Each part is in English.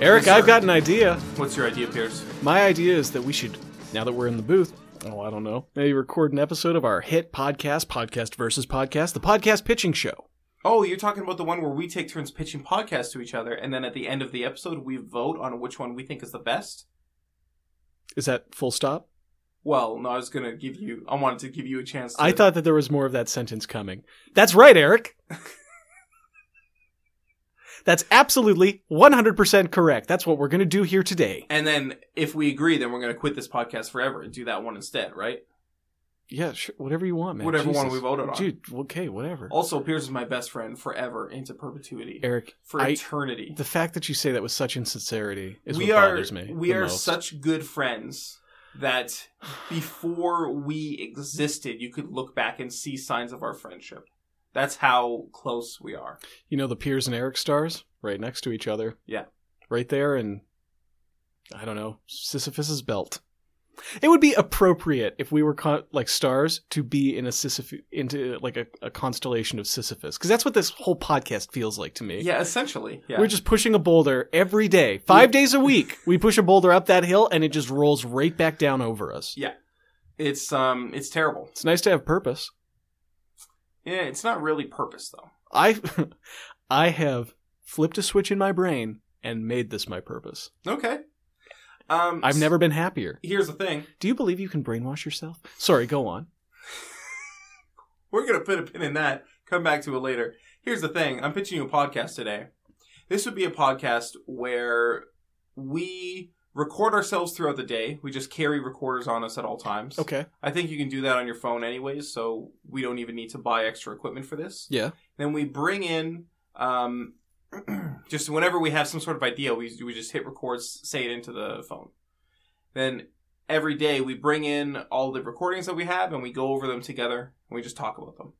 Eric, Yes, I've sir. got an idea. What's your idea, Pierce? My idea is that we should, now that we're in the booth, oh, I don't know, maybe record an episode of our hit podcast, Podcast versus Podcast, the podcast pitching show. Oh, you're talking about the one where we take turns pitching podcasts to each other, and then at the end of the episode, we vote on which one we think is the best? Is that full stop? Well, no, I was going to give you, I wanted to give you a chance to. I thought that there was more of that sentence coming. That's right, Eric. That's absolutely 100% correct. That's what we're going to do here today. And then if we agree, then we're going to quit this podcast forever and do that one instead, right? Yeah, sure. Whatever you want, man. Whatever one Jesus. we voted on. Dude, okay, whatever. Also, Pierce is my best friend forever into perpetuity. Eric, for I- eternity. the fact that you say that with such insincerity is we what are bothers me. we the are most. such good friends that before we existed, you could look back and see signs of our friendship. That's how close we are. You know the Piers and Eric stars right next to each other. Yeah. Right there and I don't know, Sisyphus's belt. It would be appropriate if we were con- like stars to be in a Sisyphus into like a, a constellation of Sisyphus because that's what this whole podcast feels like to me. Yeah, essentially. Yeah. We're just pushing a boulder every day, five days a week. We push a boulder up that hill and it just rolls right back down over us. it's um it's terrible. It's nice to have purpose. Yeah, it's not really purpose though. I, I have flipped a switch in my brain and made this my purpose. Okay. Um I've never been happier. Here's the thing. Do you believe you can brainwash yourself? Sorry, go on. We're gonna put a pin in that. Come back to it later. Here's the thing. I'm pitching you a podcast today. This would be a podcast where we record ourselves throughout the day. We just carry recorders on us at all times. Okay. I think you can do that on your phone anyways, so we don't even need to buy extra equipment for this. Yeah. Then we bring in um, just whenever we have some sort of idea, we we just hit record, s- say it into the phone. Then every day we bring in all the recordings that we have and we go over them together and we just talk about them.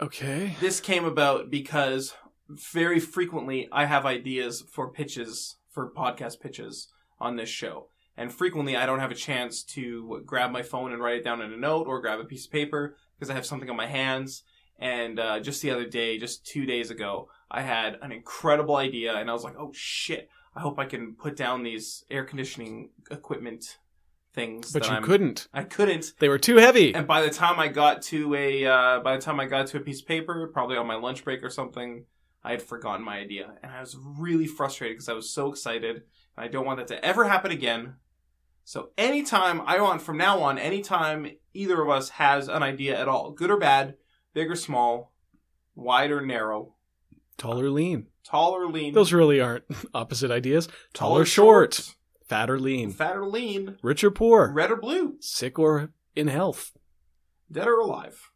Okay. This came about because very frequently I have ideas for pitches for podcast pitches on this show. And frequently I don't have a chance to grab my phone and write it down in a note or grab a piece of paper because I have something on my hands. And uh, just the other day, just two days ago, I had an incredible idea and I was like, oh shit, I hope I can put down these air conditioning equipment things. But that you I'm- couldn't. I couldn't. They were too heavy. And by the time I got to a uh, by the time I got to a piece of paper, probably on my lunch break or something, I had forgotten my idea, and I was really frustrated because I was so excited, and I don't want that to ever happen again. So anytime I want from now on, anytime either of us has an idea at all, good or bad, big or small, wide or narrow, Tall or lean. tall or lean, Those really aren't opposite ideas. Tall, taller or short. Fat or lean. fat or lean, Rich or poor. red or blue, Sick or in health. dead or alive.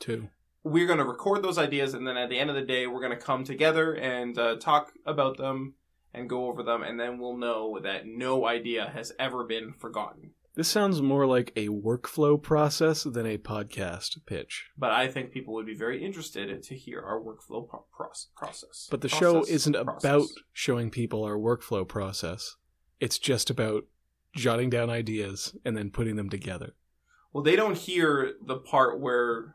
Too. we're going to record those ideas and then at the end of the day we're going to come together and uh, talk about them and go over them and then we'll know that no idea has ever been forgotten This sounds more like a workflow process than a podcast pitch. but i think people would be very interested to hear our workflow pro- proce- process But the show Process? isn't Process. about showing people our workflow process. It's just about jotting down ideas and then putting them together. well they don't hear the part where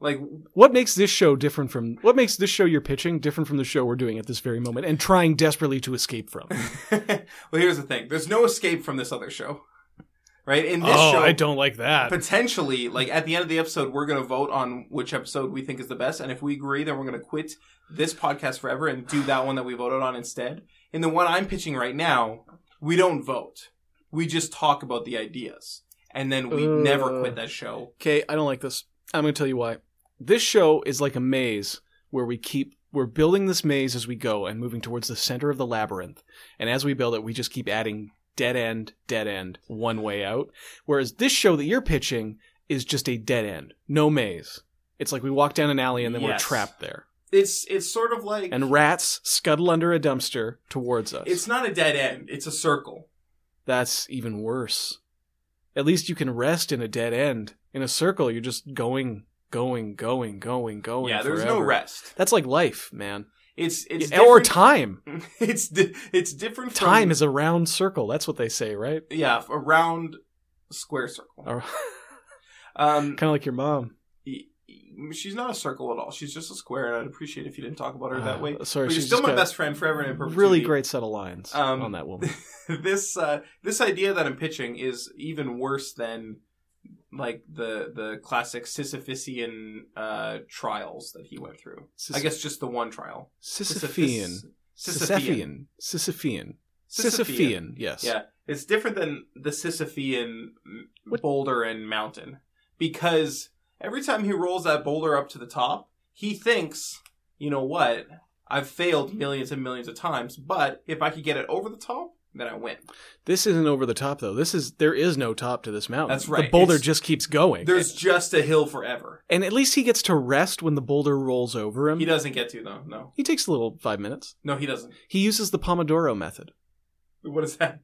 like What makes this show different from what makes this show you're pitching different from the show we're doing at this very moment and trying desperately to escape from? well here's the thing there's no escape from this other show right in this show Oh, don't like that. potentially like at the end of the episode we're going to vote on which episode we think is the best and if we agree then we're going to quit this podcast forever and do that one that we voted on instead and the one i'm pitching right now we don't vote we just talk about the ideas and then we Uh. never quit that show okay, I don't like this. I'm going to tell you why. This show is like a maze where we keep we're building this maze as we go and moving towards the center of the labyrinth. And as we build it, we just keep adding dead end, dead end, one way out. Whereas this show that you're pitching is just a dead end, no maze. It's like we walk down an alley and then Yes. we're trapped there. it's it's sort of like and rats scuttle under a dumpster towards us. it's not a dead end it's a circle That's even worse. At least you can rest in a dead end. In a circle, you're just going, going, going, going, going. yeah there's no forever. rest That's like life, man. it's it's Yeah, or different- time. it's di- it's different from, Time is a round circle. That's what they say, right? yeah a round square circle Or- um kind of like your mom. y- she's not a circle at all. She's just a square, and I'd appreciate if you didn't talk about her that way. Uh, sorry, But you're she's still just my got best friend forever and in perpetuity. Really great set of lines Um, on that woman. this uh, this idea that I'm pitching is even worse than like the the classic Sisyphusian uh, trials that he went through. I guess just the one trial. Sisyphean. Sisyphean. Sisyphean. Sisyphean. Sisyphean. Sisyphean. Yes. Yeah, it's different than the Sisyphean m- What- boulder and mountain because every time he rolls that boulder up to the top, he thinks, you know what, I've failed millions and millions of times, but if I could get it over the top, then I win. This isn't over the top though. This is there is no top to this mountain. That's right. The boulder It's- just keeps going. There's just a hill forever. and at least he gets to rest when the boulder rolls over him. He doesn't get to though. No, He takes a little five minutes. no, he doesn't. He uses the Pomodoro method. What is that?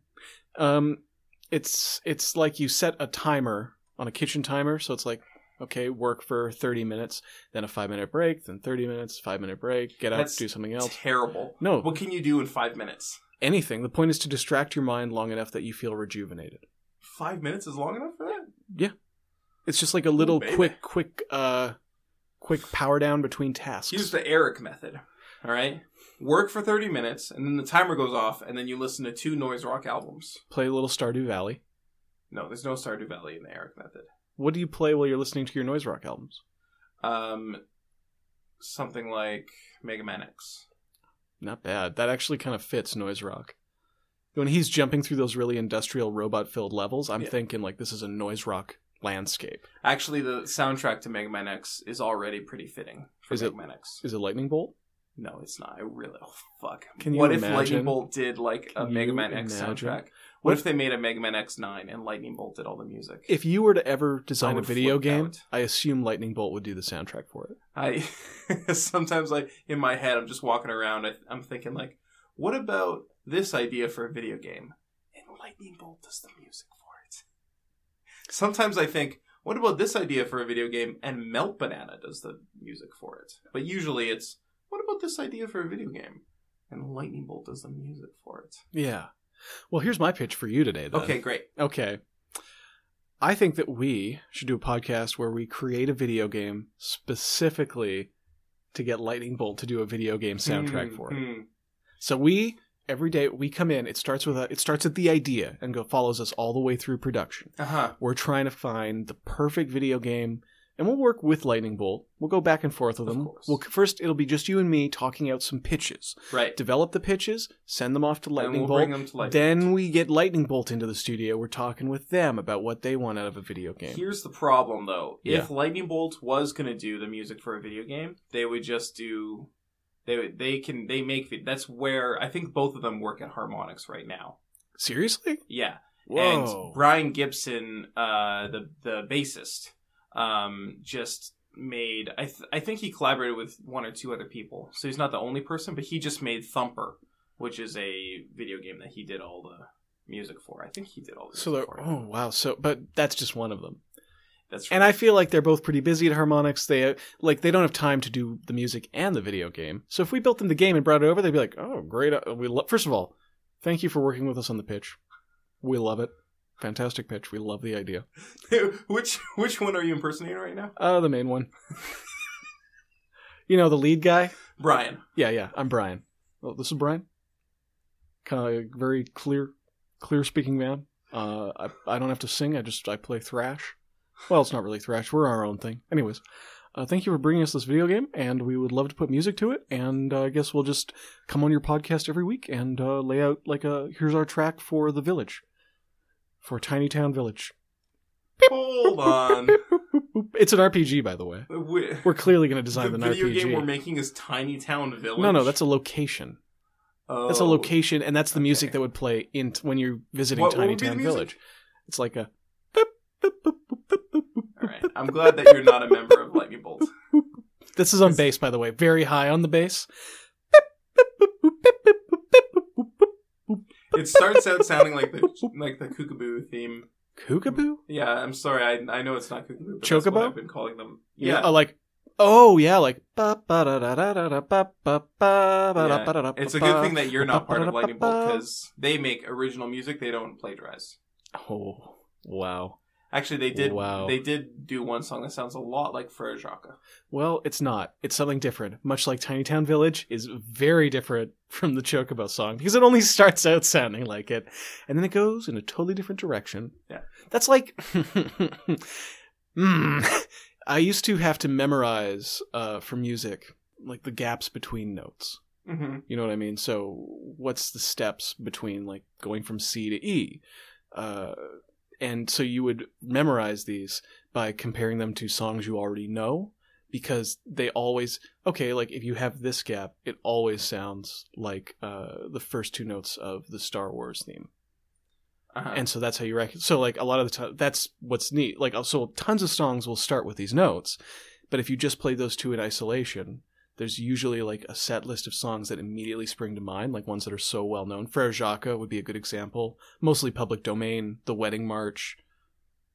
Um, it's it's like you set a timer on a kitchen timer, so it's like okay, work for thirty minutes, then a five minute break, then thirty minutes, five minute break, get up, That's do something else. Terrible. No, What can you do in five minutes? anything. The point is to distract your mind long enough that you feel rejuvenated. Five minutes is long enough for that. It's just like a little baby. quick, quick, uh, quick power down between tasks. Use the Eric method. All right. Work for 30 minutes, and then the timer goes off, and then you listen to two noise rock albums. play a little Stardew Valley. No, there's no Stardew Valley in the Eric method. What do you play while you're listening to your noise rock albums? Um, something like Mega Man X. Not bad. That actually kind of fits noise rock. When he's jumping through those really industrial robot filled levels, I'm Yeah. thinking like this is a noise rock landscape. Actually, the soundtrack to Mega Man X is already pretty fitting for Is it- Mega Man X. Is it lightning bolt? No, it's not. I really. Oh, fuck. Can you what if imagine? Lightning Bolt did like a Can Mega you Man X imagine? soundtrack? What if they made a Mega Man X nine and Lightning Bolt did all the music? If you were to ever design a would video flip game, out. I assume lightning bolt would do the soundtrack for it. I sometimes like in my head, I'm just walking around. I, I'm thinking like, what about this idea for a video game? And Lightning Bolt does the music for it. Sometimes I think, what about this idea for a video game? And Melt Banana does the music for it. But usually it's, what about this idea for a video game? And Lightning Bolt does the music for it. Yeah. Well, here's my pitch for you today. Then. Okay, great. Okay. I think that we should do a podcast where we create a video game specifically to get Lightning Bolt to do a video game soundtrack Hmm, for it. hmm. So we every day we come in, it starts with a, it starts at the idea and go follows us all the way through production. Uh huh. We're trying to find the perfect video game and we'll work with Lightning Bolt. We'll go back and forth with Of him. course. We'll first it'll be just you and me talking out some pitches. Right. Develop the pitches, send them off to Lightning and we'll Bolt. bring them to life. Then we get Lightning Bolt into the studio. We're talking with them about what they want out of a video game. Here's the problem, though. If Lightning Bolt was going to do the music for a video game, they would just do. They would- they can they make vid- that's where I think both of them work at Harmonix right now. Seriously? Yeah, Whoa. and Brian Gibson, uh, the the bassist, um, just made I th- I think he collaborated with one or two other people, so he's not the only person, but he just made Thumper, which is a video game that he did all the music for. I think he did all the so music they're for. it. oh wow. So but that's just one of them. That's And I feel like they're both pretty busy at Harmonix. They like they don't have time to do the music and the video game. So if we built them the game and brought it over, they'd be like, "Oh, great! Uh, We lo- first of all, thank you for working with us on the pitch. We love it. Fantastic pitch. We love the idea. which which one are you impersonating right now? Uh, the main one. you know, the lead guy. Brian. Yeah, yeah. I'm Brian. Oh, this is Brian. Kind of a very clear, clear speaking man. Uh, I I don't have to sing. I just I play thrash. Well, it's not really thrash. We're our own thing. Anyways, uh, thank you for bringing us this video game, and we would love to put music to it. And uh, I guess we'll just come on your podcast every week and uh, lay out like a here's our track for the village, for Tiny Town Village. Hold on. It's an RPG, by the way. We- We're clearly going to design the an video RPG. game we're making is Tiny Town Village. no, no, that's a location. oh. That's a location, and that's the music Okay. that would play in t- when you're visiting What- what Tiny would be the Town music? Village. It's like a. All right. I'm glad that you're not a member of Lightning Bolt. This is on This- bass, by the way, very high on the bass. It starts out sounding like the like the Kookaboo theme. Kookaboo? Yeah, I'm sorry. I I know it's not Kookaboo. But that's what Chocobo? I've been calling them. Yeah. Oh, like. Oh yeah, like. ba ba da da da da da ba ba ba ba da Yeah. ba da da ba It's a ba. good thing that you're not part of Lightning Bolt because they make original music. They don't plagiarize. Oh wow. Actually, they did. Wow. They did do one song that sounds a lot like Frere Jacques. Well, it's not. It's something different. Much like Tiny Town Village is very different from the Chocobo song because it only starts out sounding like it and then it goes in a totally different direction. Yeah. That's like. Hmm. I used to have to memorize uh, for music, like the gaps between notes. Mm-hmm. You know what I mean? So what's the steps between like going from C to E? Uh, and so you would memorize these by comparing them to songs you already know because they always okay like if you have this gap it always sounds like uh, the first two notes of the star wars theme Uh-huh. and so that's how you reckon so like a lot of the time that's what's neat like uh, so tons of songs will start with these notes but if you just play those two in isolation there's usually like a set list of songs that immediately spring to mind like ones that are so well known frere jacques would be a good example mostly public domain the wedding march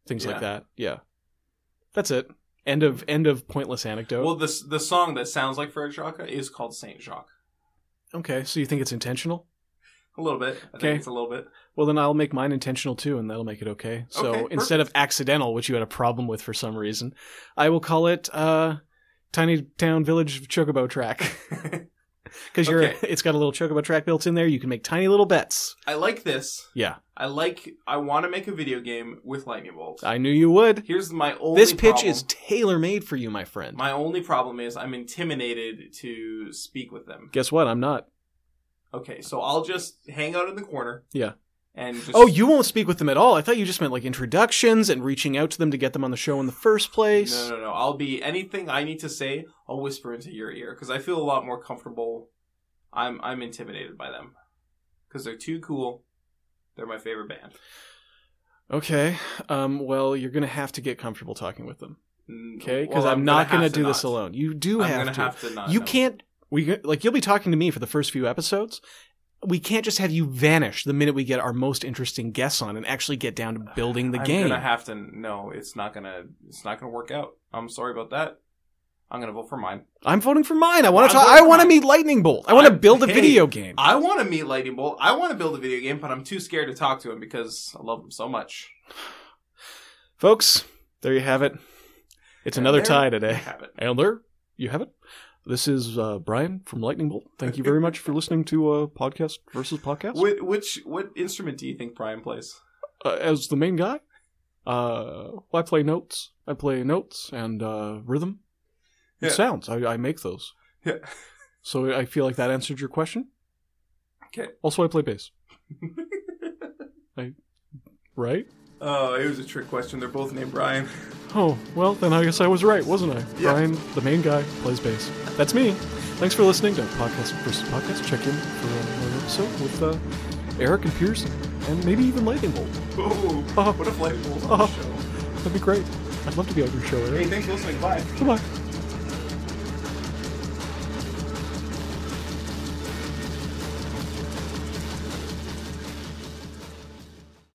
things Yeah. like that yeah that's it end of end of pointless anecdote well, this the song that sounds like Frere Jacques is called Saint Jacques. okay so you think it's intentional A little bit. I Okay. think it's a little bit. well then i'll make mine intentional too and that'll make it okay so Okay, instead of accidental which you had a problem with for some reason i will call it uh tiny town village chocobo track because you're Okay. it's got a little chocobo track built in there you can make tiny little bets I like this. yeah I like. I want to make a video game with lightning bolts. i knew you would Here's my only. this pitch problem. is tailor made for you my friend My only problem is I'm intimidated to speak with them. guess what i'm not Okay, so I'll just hang out in the corner. Yeah. And just oh you won't speak with them at all i thought you just meant like introductions and reaching out to them to get them on the show in the first place No, no, no. I'll be anything I need to say. I'll whisper into your ear because I feel a lot more comfortable. I'm I'm intimidated by them because they're too cool. They're my favorite band. okay um well you're gonna have to get comfortable talking with them Mm, Okay, well, because I'm, not going gonna to have do this not. alone. You do I'm have gonna to. have to not. you know. can't. We like you'll be talking to me for the first few episodes. We can't just have you vanish the minute we get our most interesting guests on and actually get down to building the I'm game. gonna have to. No, it's not gonna. It's not gonna work out. I'm sorry about that. I'm gonna vote for mine. I'm voting for mine. I want I'm to talk. voting I for want to mine. meet Lightning Bolt. I want to I'm- build a hey, video game. I want to meet Lightning Bolt. I want to build a video game, but I'm too scared to talk to him because I love him so much. Folks, there you have it. It's And another there tie I today. have it. And there you have it. This is uh, Brian from Lightning Bolt. Thank you very much for listening to uh, podcast versus podcast. Which, which what instrument do you think Brian plays? uh, as the main guy. Uh, well, I play notes. I play notes and uh, rhythm. Yeah. It sounds. I, I make those. Yeah. So I feel like that answered your question. Okay. Also, I play bass. I, right? Oh, it was a trick question. They're both named Brian. Oh, well, then I guess I was right, wasn't I? Yeah. Brian, the main guy, plays bass. That's me. Thanks for listening to Podcast versus Podcast. Check in for another episode with uh, Eric and Pearson, and maybe even Lightning Bolt. Ooh, Oh. what a flight rules Oh. show. That'd be great. I'd love to be on your show, Hey, Eric. thanks for listening. Bye. Goodbye.